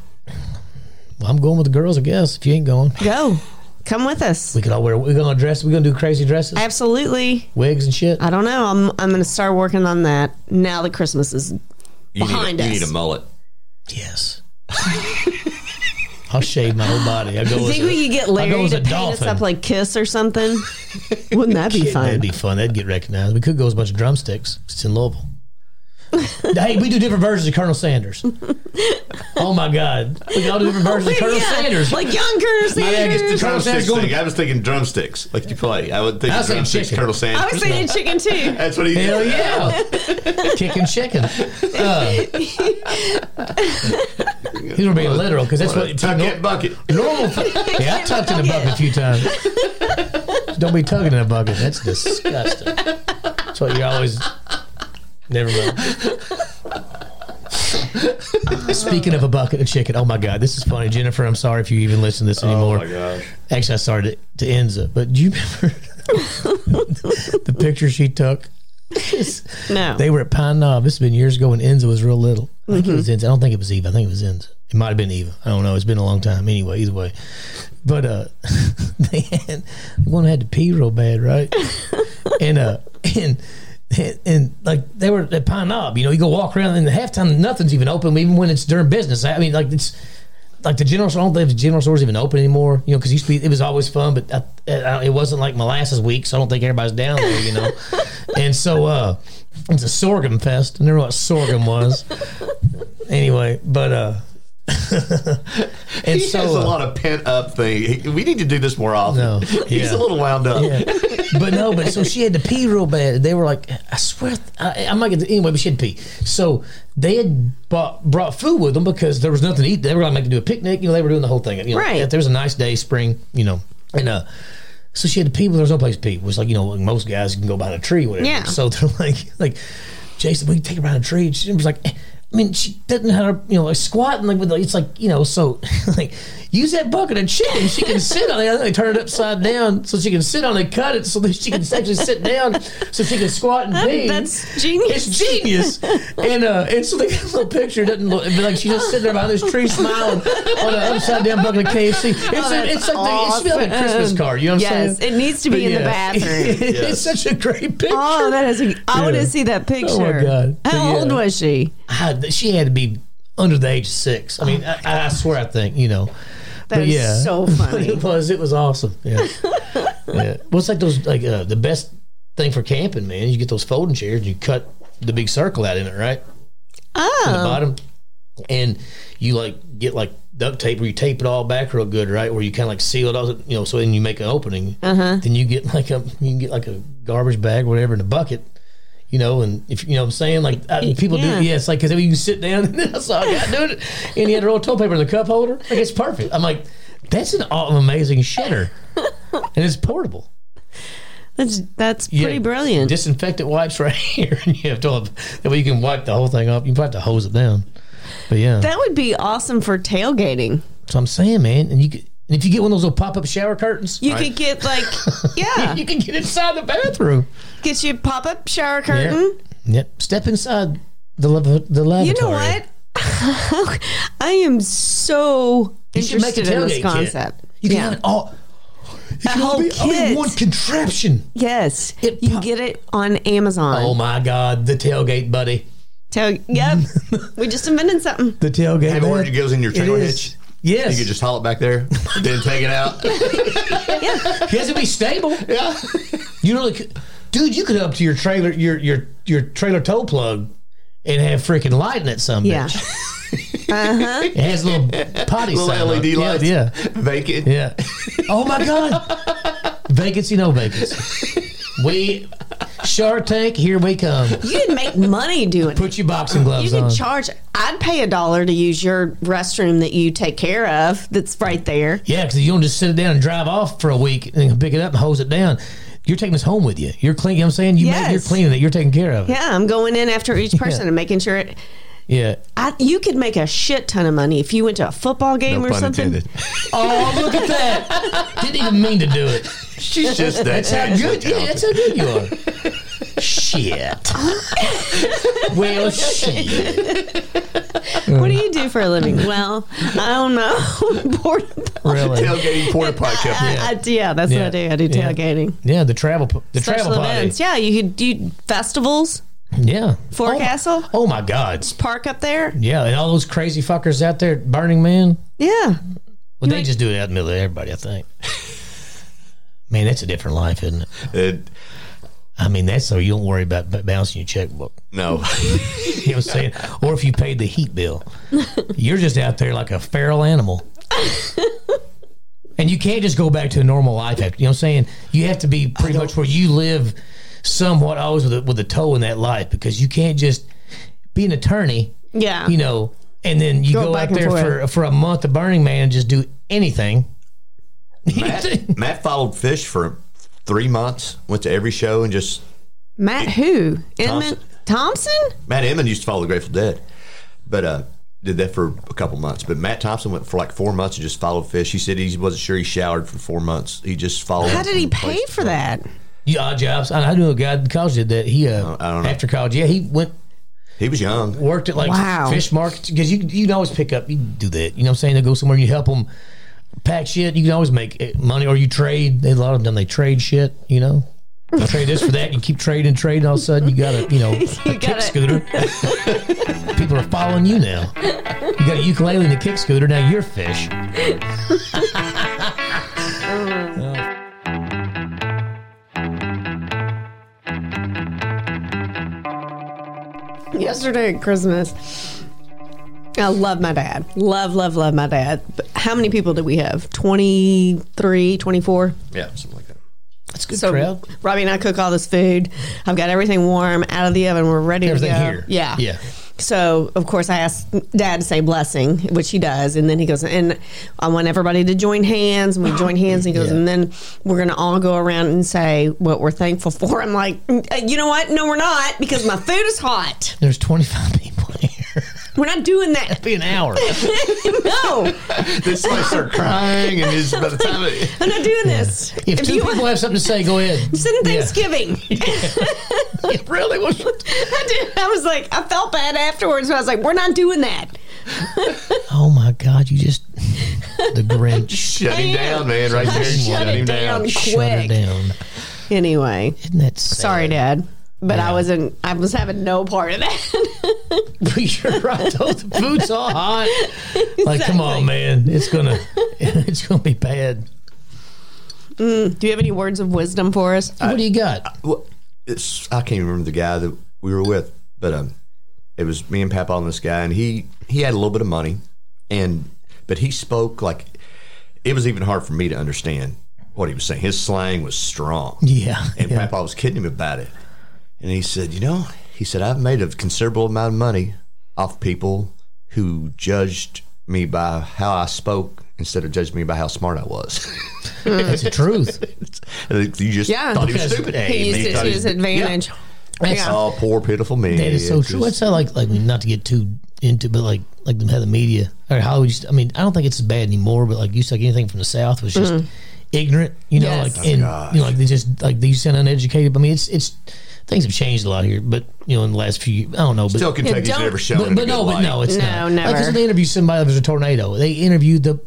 C: Well, I'm going with the girls, I guess. If you ain't going,
A: Go. Come with us.
C: we could all wear. We're gonna dress. We're gonna do crazy dresses,
A: Absolutely.
C: wigs and shit.
A: I don't know. I'm I'm going to start working on that now that Christmas is.
B: You
A: Behind
B: need a,
A: us.
B: You need a mullet.
C: yes. I'll shave my whole body. Oh, I go.
A: You
C: as
A: think
C: a-
A: we could get
C: I'll go
A: Larry
C: as
A: to
C: a
A: paint
C: dolphin.
A: us up like Kiss or something? Wouldn't that be
C: Yeah,
A: fun?
C: That'd be fun. That'd get recognized. We could go as a bunch of drumsticks. It's in Louisville. hey, we do different versions of Colonel Sanders. oh my God, we all do different versions of Colonel
A: Oh, Yeah,
C: Sanders.
A: like young Colonel
C: it's
A: Sanders.
C: Colonel Sanders
B: Drumsticks
C: going
B: thing.
C: to-
B: I was thinking drumsticks, like you play. I would think
C: I was thinking
B: drumsticks.
C: chicken.
B: Colonel Sanders.
A: I was thinking chicken too.
B: That's what he did.
C: Hell yeah, chicken chicken. Uh, these were being literal because that's what
B: Tuck that bucket.
C: normal. Yeah, I tucked in a bucket a few times. Don't be tugging in a bucket. That's disgusting. That's what you always. Never mind. Speaking of a bucket of chicken, oh my God, this is funny, Jennifer. I'm sorry if you even listen to this anymore.
B: Oh my gosh.
C: Actually, I started it to Enza, but do you remember the picture she took?
A: No.
C: They were at Pine Knob. This has been years ago when Enza was real little. I think it was Enza. I don't think it was Eva. I think it was Enza. It might have been Eva. I don't know. It's been a long time. Anyway, either way. But uh they had one had to pee real bad, right? and uh and and, and like they were at Pine Knob, you know, you go walk around and halftime nothing's even open, even when it's during business. I mean, like it's like the general store. I don't think the general store's even open anymore. You know, because used to be it was always fun, but I, I, it wasn't like molasses week, so I don't think everybody's down there. You know, and so uh, it's a sorghum fest. I never knew what sorghum was. anyway, but uh,
B: He
C: and so
B: has a
C: uh,
B: lot of pent up thing. He- we need to do this more often.
C: No.
B: He's
C: Yeah.
B: a little wound up.
C: but no, but so she had to pee real bad. They were like, I swear, I, I'm not gonna anyway. But she had to pee, so they had bought, brought food with them because there was nothing to eat. They were gonna make to do a picnic. You know, they were doing the whole thing. You know,
A: Right.
C: If there was a nice day, spring. You know, and uh, so she had to pee, but there was no place to pee. It was like you know, like most guys you can go behind a tree, whatever.
A: Yeah.
C: So they're like, like Jason, we can take her behind a tree. And she was like. eh, I mean, she doesn't know how to, you know, like squatting like with like, it's like you know, so like use that bucket of chicken. She can sit on it. And they turn it upside down so she can sit on it, cut it so that she can actually sit down so she can squat and pee.
A: That's genius.
C: It's genius. and uh, and so the little picture doesn't look it'd be like she's just sitting there behind this tree smiling on an upside down bucket of KFC. It's, it's like the, it should be like a Christmas
A: Oh, awesome.
C: card. You know what I'm
A: Yes,
C: saying?
A: it needs to be in the bathroom.
C: it's such a great picture.
A: Oh, that is. A, I want
C: Yeah. Oh
A: to see that picture.
C: God. But
A: How
C: yeah.
A: old was she?
C: I, th- she had to be under the age of six. I mean, I, I swear, I think you know.
A: That
C: But
A: is
C: yeah.
A: so
C: But
A: funny.
C: it was it was awesome. Yeah. yeah. Well, it's like those like uh, the best thing for camping, man. You get those folding chairs, you cut the big circle out in it, right? Oh. the bottom, and you like get like duct tape where you tape it all back real good, right? Where you kind of like seal it all, you know. So then you make an opening. Uh-huh. Then you get like a you can get like a garbage bag, or whatever, in a bucket. You know, and if you know what I'm saying, like I, people
A: yeah.
C: do, yeah, it's like because you can sit down and that's all I got doing it. And he had a roll of toilet paper in the cup holder. Like it's perfect. I'm like, that's an aw- amazing shitter, and it's portable.
A: That's that's
C: Yeah.
A: pretty brilliant.
C: Disinfectant wipes right here, and you have toilet. That way you can wipe the whole thing off. You probably have to hose it down. But yeah,
A: that would be awesome for tailgating.
C: So I'm saying, man, and you could, and if you get one of those little pop up shower curtains,
A: You could get like, yeah,
C: you can get inside the bathroom.
A: get you a pop up shower curtain.
C: Yep. Step inside the lav- the lavatory.
A: Mm-hmm. You know what? I am so
C: should make a
A: interested in
C: tailgate
A: this
C: kit.
A: concept.
C: You can
A: yeah.
C: have it all. You can all
A: whole
C: be all in
A: kit.
C: one contraption.
A: yes,
C: It
A: you
C: pop-
A: get it on Amazon.
C: Oh my God, the tailgate, buddy.
A: Tail- yep, we just invented something.
C: The tailgate.
B: Have it where
C: man.
B: it goes in your
C: It
B: trailer
C: is.
B: hitch.
C: Yes.
B: You could just haul it back there, then take it out.
A: Yeah,
C: Because it'd be stable.
B: Yeah.
C: You really could, dude. You could up to your trailer, your your your trailer toe plug, and have freaking light in it. Some
A: yeah.
C: bitch. It has little potty
B: Little
C: sign on
B: LED
C: it. Yeah,
B: lights.
C: Yeah.
B: Vacant.
C: Yeah. Oh my God. vacancy, no vacancy. We Shark Tank, here we come.
A: You can make money doing it.
C: Put your boxing
A: You
C: gloves
A: can
C: on.
A: charge. I'd pay a dollar to use your restroom that you take care of. That's right there.
C: yeah, because you don't just sit it down and drive off for a week and pick it up and hose it down. You're taking this home with you. You're cleaning. You know what I'm saying you make, you're
A: Yes.
C: cleaning it. You're taking care of it.
A: Yeah, I'm going in after each person and making sure it.
C: Yeah.
A: I, you could make a shit ton of money if you went to a football game
B: No
A: or
B: pun
A: something.
B: intended.
C: Oh, look at that! Didn't even mean to do it.
B: She's just that.
C: That's how good. Yeah, that's how good you are. shit. well, shit.
A: What do you do for a living? well, I don't know. Board-
C: Really.
B: Tailgating porta potty company.
A: I, I, yeah, that's
C: Yeah.
A: what I do. I do
C: Yeah.
A: tailgating.
C: Yeah, the travel, p- the
A: Special
C: travel potty.
A: events. Yeah, you could do festivals,
C: Yeah.
A: Forecastle?
C: Oh my, oh my God.
A: park up there.
C: Yeah, and all those crazy fuckers out there at Burning Man.
A: Yeah.
C: Well, they just do it out in the middle of everybody, I think. Man, that's a different life, isn't it?
B: It-
C: I mean, that's so you don't worry about b- bouncing your checkbook.
B: no.
C: You know what I'm saying? or if you paid the heat bill, you're just out there like a feral animal. and you can't just go back to a normal life after. You know what I'm saying? You have to be pretty much where you live, somewhat always with a, with a toe in that life because you can't just be an attorney
A: Yeah.
C: you know, and then you go,
A: Go back
C: out
A: and
C: there
A: forth.
C: for for a month of Burning Man and just do anything.
B: Matt, Matt followed Fish for three months, went to every show, and just
A: Matt who? Edmund Thompson?
B: Matt Emmon used to follow the Grateful Dead, but uh, did that for a couple months. But Matt Thompson went for like four months and just followed fish. He said he wasn't sure he showered for four months. He just followed.
A: How did he pay for that?
C: You odd jobs. I, I knew a guy in college did that. He uh,
B: I don't know.
C: after college, yeah, he went
B: He was young.
C: worked at like
A: Wow.
C: fish markets because you you can always pick up. You can do that. You know what I'm saying? They go somewhere, you help them pack shit. You can always make eh, money, or you trade. They, a lot of them they trade shit. You know. You trade this for that. You keep trading, trading. All of a sudden, you got a you know a kick
A: got it.
C: scooter. People are following you now. You got a ukulele and a kick scooter. Now you're fish.
A: Yesterday at Christmas, I love my dad. Love, love, love my dad. But how many people do we have? 23, 24?
B: Yeah, something like that.
C: That's a good
A: So
C: crowd.
A: Robbie and I cook all this food. I've got everything warm out of the oven. We're ready
C: Everything
A: to go.
C: here.
A: Yeah.
C: Yeah.
A: So of course I asked Dad to say blessing, which he does, and then he goes, and I want everybody to join hands, and we join hands. And he goes,
C: Yeah.
A: and then we're gonna all go around and say what we're thankful for. I'm "Mm, like, "Uh, you know what? No, we're not because my food is hot.
C: There's 25 people here.
A: We're not doing that.
C: Be an hour.
A: no,
B: They somebody start crying, and it's by the time it,
A: I'm not doing this.
C: If, two
A: you
C: people have something to say, go ahead.
A: send
C: Yeah.
A: Thanksgiving.
C: It really was.
A: I did. I was like, I felt bad afterwards. I was like, we're not doing that.
C: Oh my God! You just the Grinch
B: shut him
A: Damn.
B: down, man, right there.
A: Shut it down.
C: shut her
A: Quick.
C: down.
A: Anyway,
C: Isn't that sad?
A: sorry, Dad, but I wasn't. I was having no part of that.
C: You're right. Though. The food's all hot. Like, come on, man. It's gonna, it's gonna be bad.
A: Do you have any words of wisdom for us?
C: what do you got?
B: Well, it's I can't even remember the guy that we were with, but um, it was me and Papa and this guy, and he he had a little bit of money, and but he spoke like it was even hard for me to understand what he was saying. His slang was strong,
C: Yeah.
B: and
C: yeah.
B: Papa was kidding him about it, and he said, you know, he said I've made a considerable amount of money off people who judged me by how I spoke instead of judging me by how smart I was.
C: That's the truth.
B: you just
A: Yeah.
B: thought he was
C: Because
B: stupid.
A: He used
B: He
A: it
B: thought
A: to
B: he
A: his
B: was-
A: advantage.
C: That's,
A: Yeah.
B: Oh, poor pitiful me.
C: That is so
B: It's
C: true.
B: just-
C: It's not like like not to get too into, but like like how the media or Hollywood. Just, I mean, I don't think it's as bad anymore. But like you said, like anything from the South was just ignorant. You know,
A: Mm-hmm. Yes.
B: Oh
C: like and you know, like they just like they sound uneducated. But I mean, it's it's things have changed a lot here. But you know, in the last few, I don't know. But
B: Still, Kentucky's
A: don't-
B: never shown.
C: but,
B: in a
C: but
B: good
C: no, but
B: light.
C: no, it's
A: No,
C: not. Like,
A: never.
C: 'cause they interviewed somebody that was a tornado. They interviewed the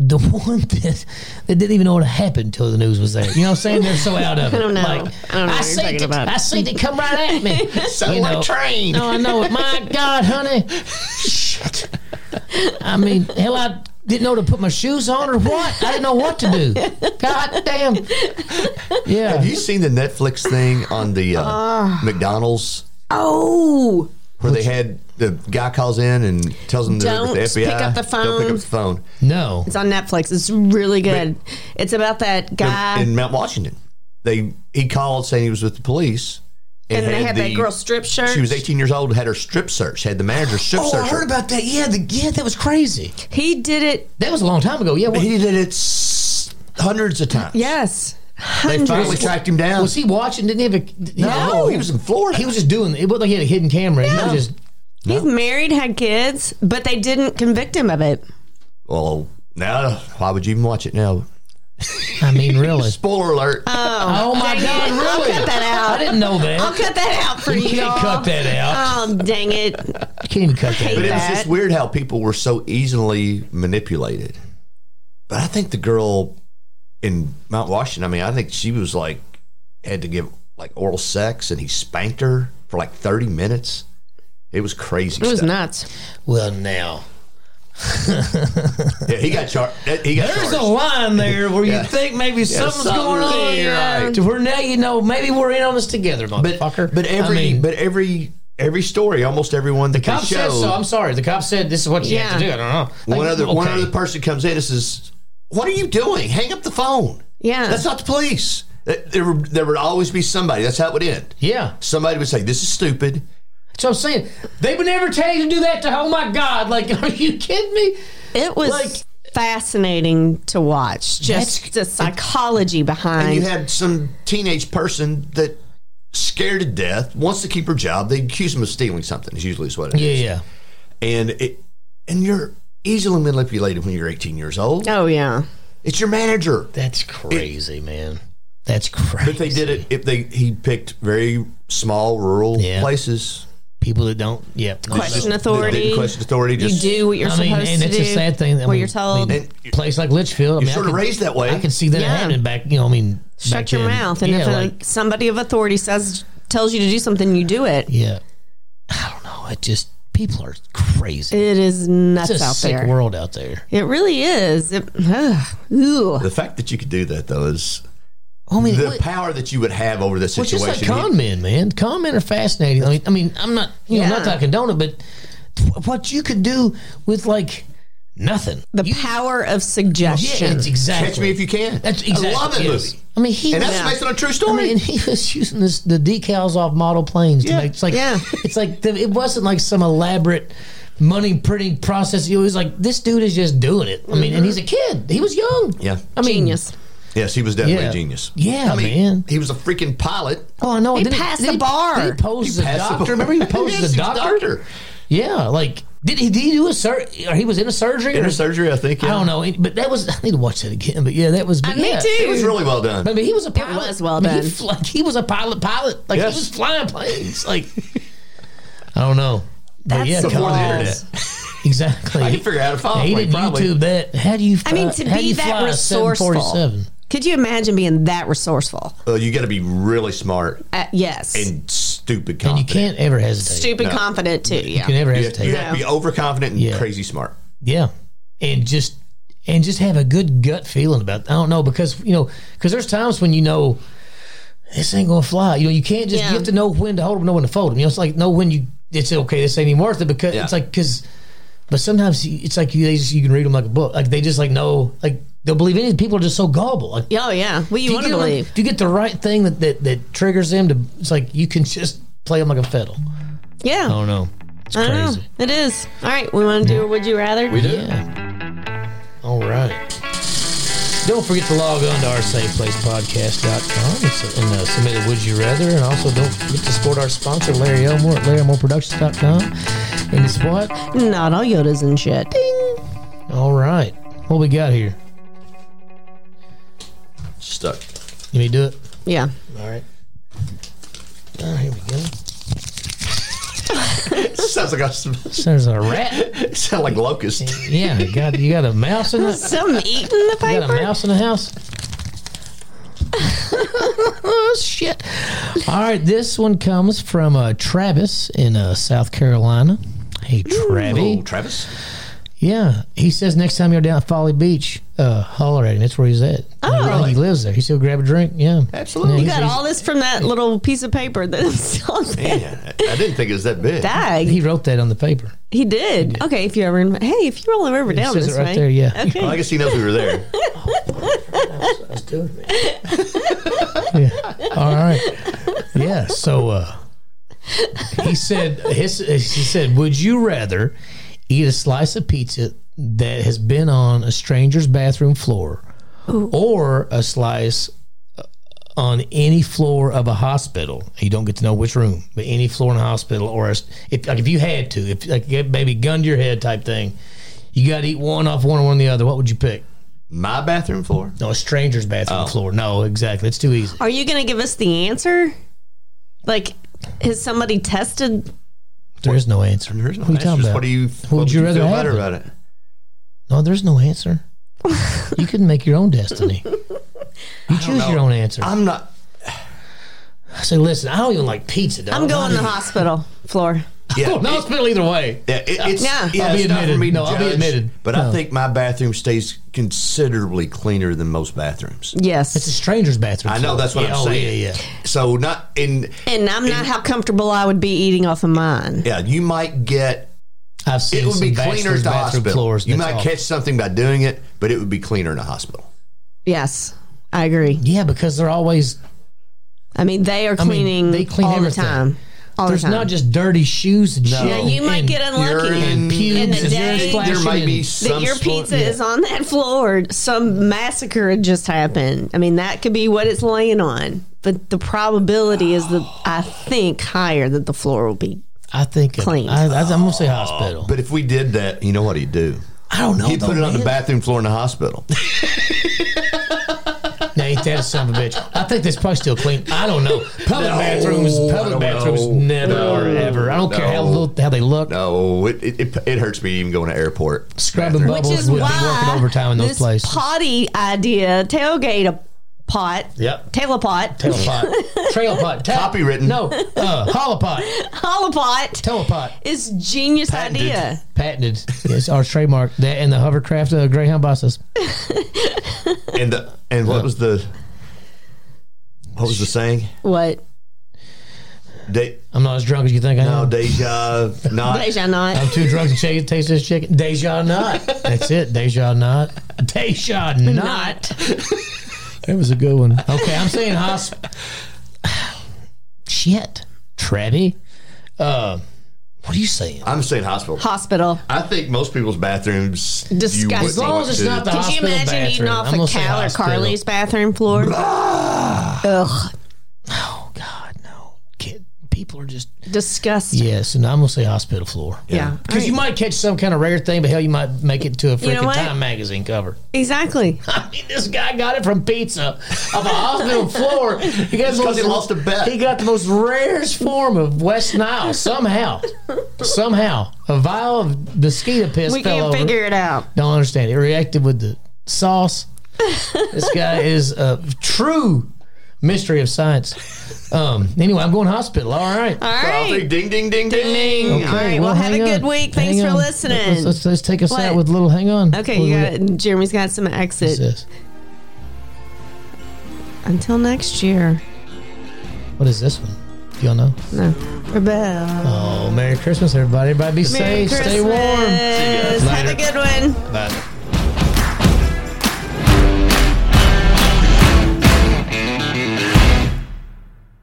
C: the one that, that didn't even know what happened until the news was there. You know what I'm saying? They're so out of it. I
A: don't know.
C: Like,
A: I don't know what you're
C: seen
A: talking
C: it.
A: about.
C: I seen it come right at me.
B: Sound
C: You
B: like
C: know.
B: train.
C: No, I know it. My God, honey. Shit. I mean, hell, I didn't know to put my shoes on or what. I didn't know what to do. God damn. Yeah.
B: Have you seen the Netflix thing on the uh,
A: Ah.
B: McDonald's
A: Oh,
B: where they had the guy calls in and tells them they're
A: Don't
B: with the FBI?
A: pick up the
B: Don't pick
A: phone.
B: up the phone
C: no.
A: it's on Netflix. It's really good. it's about that guy,
B: in Mount Washington. They he called saying he was with the police,
A: and they had that
B: the-
A: girl strip shirt.
B: She was 18 years old. Had her strip search. Had the manager strip search. her.
C: Oh, about that. Yeah, the, yeah, that was crazy.
A: he did it.
C: That was a long time ago. Yeah, what,
B: He did it s- hundreds of times.
A: Yes,
B: they finally
A: hundreds.
B: tracked him down.
C: was he watching? Didn't he have a?
B: no, he was in Florida.
C: He was just doing. It wasn't like he had a hidden camera. He was just.
A: He's married, had kids, but they didn't convict him of it.
B: well, now why would you even watch it now?
C: I mean, really.
B: Spoiler alert.
C: oh my
A: Dang
C: God!
A: it.
C: Really?
A: I'll cut that out.
C: I didn't know
A: I'll
C: that.
A: cut that out for
C: You
A: you.
C: can't cut that out.
A: Oh, dang it.
C: You can't even cut that.
B: But
C: out.
B: it was
A: that.
B: just weird how people were so easily manipulated. But I think the girl in Mount Washington, I mean, I think she was like, had to give like oral sex and he spanked her for like 30 minutes. It was crazy.
A: It was
B: stuff.
A: nuts.
C: Well, now
B: Yeah, he got charged. He got
C: there's a
B: charged.
C: line there where
B: Yeah.
C: you think maybe something's
B: something
C: going on.
B: there,
C: yeah,
B: right.
C: To where now you know maybe we're in on this together, motherfucker.
B: But every,
C: I mean,
B: but every, every story, almost everyone that
C: the cop
B: they
C: said so.
B: showed,
C: I'm sorry. The cop said this is what you have to do.
A: Yeah.
C: I don't know.
B: one
C: Like,
B: other, one
C: okay.
B: other person comes in and says, "What are you doing? Hang up the phone."
A: Yeah.
B: that's not the police. There, there would always be somebody. That's how it would end.
C: Yeah.
B: Somebody would say, "This is stupid."
C: So I'm saying they would never tell you to do that. To oh my God! Like, are you kidding me?
A: It was
C: Like-
A: fascinating to watch. Just the psychology behind.
B: And you had some teenage person that scared to death wants to keep her job. They accuse him of stealing something. Is usually is what it is.
C: Yeah, yeah.
B: And it, and you're easily manipulated when you're 18 years old.
A: oh, yeah.
B: It's your manager.
C: That's crazy, man. That's crazy.
B: But they did it. If they he picked very small rural
C: Yeah.
B: places.
C: People that don't, yeah.
A: Question
B: They
A: authority.
B: didn't question authority. Just
A: you do what you're
C: I mean,
A: supposed
C: and
A: to
C: it's
A: do.
C: a sad thing. that
A: What
C: we-
A: you're told.
C: I mean, place like Litchfield. I mean, I
B: sort of
C: could-
B: raised that way.
C: I can see that
A: Yeah.
C: happening back. You know, I mean, back
A: Shut your
C: then.
A: mouth. And
C: yeah,
A: if a,
C: like,
A: somebody of authority says, tells you to do something, you do it.
C: yeah. I don't know. It just people are crazy.
A: It is
C: It's
A: nuts
C: a
A: out
C: sick
A: there.
C: world out there.
A: It really is. It, ugh, Ew.
B: the fact that you could do that though is
C: I mean,
B: the
C: what-
B: power that you would have over the
C: Well, it's
B: situation.
C: just like con men, man. Con men are fascinating. I mean, I mean I'm not, you know,
A: Yeah.
C: not that I condone it, but th- what you could do with like nothing.
A: The power of
C: Yeah,
A: suggestion.
C: it's exactly.
B: Catch me if you can.
C: That's exactly.
B: I love that
C: it.
B: movie.
C: I mean, he
B: And
C: was,
B: that's based on a true
C: I
B: story.
C: mean, he was using this the decals off model planes. To
B: Yeah.
C: make, it's like,
A: Yeah.
C: it's like the, it wasn't like some elaborate money printing process. He was like, this dude is just doing it. I
B: Mm-hmm.
C: mean, and he's a kid. He was young.
B: yeah.
C: I mean,
A: Genius.
B: Yes, he was definitely
C: Yeah.
B: a genius.
C: Yeah,
B: I mean,
C: man.
B: he was a freaking pilot.
C: Oh, I know.
A: He
C: Didn't
A: passed
C: didn't
A: the bar.
C: He posed as a
B: Passed the
C: doctor.
B: bar.
C: Remember, he posed
B: Yes,
C: as a
B: he was
C: doctor. Yeah, like did he, did he do a surgery? Or he was in a surgery?
B: Inner
C: or,
B: surgery, I think. Yeah.
C: I don't know, but that was. I need to watch that again. But yeah, that was. But
A: Uh, me
C: yeah,
A: too.
B: It was really well done.
C: But I mean, he was a pilot.
A: was well
C: I mean,
A: done.
C: He, fl- like, he was a pilot. Pilot. Like
B: Yes.
C: he was flying planes. Like I don't know. But
A: That's
C: yeah,
A: the
C: come
B: Before the
C: on.
B: internet,
C: Exactly.
B: I can figure out how to follow.
C: he did
B: probably.
C: YouTube that. How do you? Fly,
A: I mean, to
C: Uh, how do
A: be
C: you
A: that
C: fly a
A: resourceful.
C: 747?
A: Could you imagine being that resourceful?
B: Uh, you got to be really smart
A: Uh, yes.
B: and stupid
C: And you
B: confident.
C: can't ever hesitate.
A: Stupid confident too. Yeah.
C: You can never
B: You,
C: hesitate.
B: you have to be overconfident and
C: Yeah.
B: crazy smart.
C: Yeah, and just and just have a good gut feeling about. I don't know because you know because there's times when you know this ain't gonna fly. You know you can't just
A: Yeah.
C: you have to know when to hold them, know when to fold them. You know it's like know when you it's okay. This ain't even worth it because
B: Yeah.
C: it's like because but sometimes you- it's like you they just you can read them like a book. Like they just like know like they'll believe anything. People are just so gullible. Like
A: Oh yeah. What you
C: if
A: want to
C: get them-
A: believe?
C: if you get the right thing that, that that triggers them to it's like you can just play them like a fiddle.
A: Yeah.
C: I don't know. It's
A: I
C: Oh, crazy.
A: don't know. It is. All right. We want to do a would you rather?
B: We do.
C: Yeah. All right. Don't forget to log on to our safeplacepodcast.com and su- and uh, submit a Would You Rather. And also don't forget to support our sponsor, Larry Elmore at LarryElmoreProductions.com. And it's what?
A: Not all Yodas and shit.
C: All right. What we got here?
B: Stuck.
C: You may do it.
A: Yeah.
C: All right. Oh, here we go.
B: sounds like a
C: Sounds like a rat.
B: sound like locust.
C: Yeah, God, you got a mouse in the
A: Some eating the
C: You got a
A: paper.
C: mouse in the house? oh, shit. All right, this one comes from uh, Travis in uh, South Carolina. Hey,
B: Oh,
C: Travis.
B: Travis.
C: Yeah, he says next time you're down at Folly Beach, uh, holler at him. That's where he's at. Oh, he,
B: really?
C: lives there. He still grab a drink. Yeah,
B: Absolutely.
A: You got all this from that little piece of paper that's on that
B: Man, I I didn't think it was that big.
A: bag.
C: He wrote that on the paper.
A: He did. Okay. If you ever, hey, if you're all ever down
C: says it
A: this
C: right
A: way.
C: there, yeah.
A: Okay.
B: Well, I guess he knows we were there.
C: All right. Yeah. So uh, he said, his, he said, would you rather eat a slice of pizza that has been on a stranger's bathroom floor or a slice uh, on any floor of a hospital? You don't get to know which room, but any floor in a hospital or a, if, like, if you had to, if like maybe gun to your head type thing, you got to eat one off one or one the other. What would you pick?
B: My bathroom floor.
C: No, a stranger's bathroom floor. No, exactly. It's too easy.
A: Are you going to give us the answer? Like, has somebody tested?
C: There is no answer.
B: There's no
C: What are you
B: answers.
C: talking about?
B: What do you? what
C: would you rather
B: feel
C: have
B: better
C: then?
B: about it?
C: No, there's no answer. you can make your own destiny. You choose your own answer.
B: I'm not.
C: I say, listen, I don't even like pizza. Dog.
A: I'm going to the
C: I-
A: hospital floor.
B: Yeah,
C: Oh, No,
B: it-
C: it's been either way.
B: Yeah, it, it's
A: Yeah.
B: yeah.
C: I'll be
B: it's not for
C: admitted.
B: me to
C: No, I'll be
B: judge,
C: admitted.
B: But
C: No.
B: I think my bathroom stays considerably cleaner than most bathrooms.
A: Yes.
C: It's a stranger's bathroom.
B: I know,
C: so-
B: that's what
C: yeah,
B: I'm
C: oh,
B: saying.
C: Yeah, yeah.
B: So not in.
A: and I'm not how comfortable I would be eating off of mine.
B: Yeah, you might get.
C: I've seen
B: It would
C: some
B: be cleaner
C: bachelor's
B: at the
C: bathroom
B: hospital.
C: floors.
B: you
C: that's
B: might
C: all.
B: catch something by doing it, but it would be cleaner in a hospital.
A: Yes, I agree.
C: Yeah, because they're always
A: I mean, they are
C: mean,
A: cleaning
C: they clean
A: all
C: everything.
A: the time. All
C: there's
A: the time.
C: not just dirty shoes and shit.
A: yeah, you might
C: and-
A: get unlucky
B: urine,
C: pubes
A: in the
C: and urine
A: day
C: splashing
B: There might be
C: and-
A: that
B: some
A: your
B: sort-
A: pizza is on that floor. Some massacre had just happened. I mean, that could be what it's laying on. But the probability is that I think higher that the floor will be.
C: I think
A: Clean.
C: I, I, I'm gonna say hospital.
B: But if we did that, you know what he'd do?
C: I don't know.
B: He'd put it
C: though,
B: on the
C: man.
B: bathroom floor in the hospital.
C: Now ain't that a son of a bitch? I think that's probably still clean. I don't know. Public bathrooms,
B: I
C: public
B: don't
C: bathrooms,
B: know.
C: never
B: No.
C: or ever. I don't care how
B: No.
C: little, how they look.
B: No, it it, it, it hurts me even going to airport.
C: Scrubbing
B: bathroom.
A: Which
C: bubbles
A: is
C: would be
A: why
C: working overtime in those
A: this
C: places.
A: potty idea, tailgate a pot,
C: Yep.
A: tailapot,
C: Tail pot, trail pot, tap.
B: Copywritten.
C: No, uh, holopot,
A: holopot
C: telepot,
A: is genius
B: Patented.
A: idea.
C: patented. It's our trademark. That and the hovercraft uh, Greyhound buses.
B: And the and what was the what was the saying?
A: What?
B: De,
C: I'm not as drunk as you think I
B: no, oh,
C: am.
B: deja not.
A: Oh. Deja not.
C: I'm too drunk to ch- taste this chicken. Deja not. That's it. Deja not. Deja not.
A: not.
C: That was a good one. Okay, I'm saying hosp. Shit, Trevi. Uh, what are you saying?
B: I'm saying hospital.
A: Hospital.
B: I think most people's bathrooms. you
A: Disgusting.
B: wouldn't
A: As long
B: want
C: as it's
B: to-
C: not the-
A: Could you
C: hospital
A: imagine eating
C: bathroom.
A: off
C: I'm gonna
A: of
C: say
A: Cal or
C: hospital. Ah.
A: Carly's bathroom floor? Ugh.
C: Oh God, Ah, no! Kid, people are just
A: Disgusting.
C: yes, and I'm gonna say hospital floor.
A: Yeah.
C: Because you might catch some kind of rare thing, but hell, you might make it to a freaking
A: know what?
C: Time magazine cover.
A: Exactly.
C: I mean, this guy got it from pizza on the hospital floor. He got the
B: 'cause he
C: most-
B: lost a bet.
C: He got the most rarest form of West Nile somehow, somehow a vial of mosquito piss
A: We
C: fell
A: can't
C: over.
A: figure it out.
C: Don't understand. It reacted with the sauce. this guy is a true mystery of science. Um. Anyway, I'm going hospital. All right.
A: All right.
B: Ding, ding, ding, ding, ding.
A: All right. Well, have a
C: hang
A: good
C: on.
A: week. Thanks
C: Hang
A: for
C: on.
A: listening.
C: Let's, let's, let's take us
A: What?
C: out with a little. Hang on.
A: Okay, you got it. Jeremy's got some exit.
C: This.
A: Until next year.
C: What is this one? Do y'all know?
A: No. Rebel.
C: Oh, Merry Christmas, everybody. Everybody be
A: Merry
C: safe.
A: Christmas.
C: Stay warm.
A: Have a
C: Later.
A: good one.
C: Bye.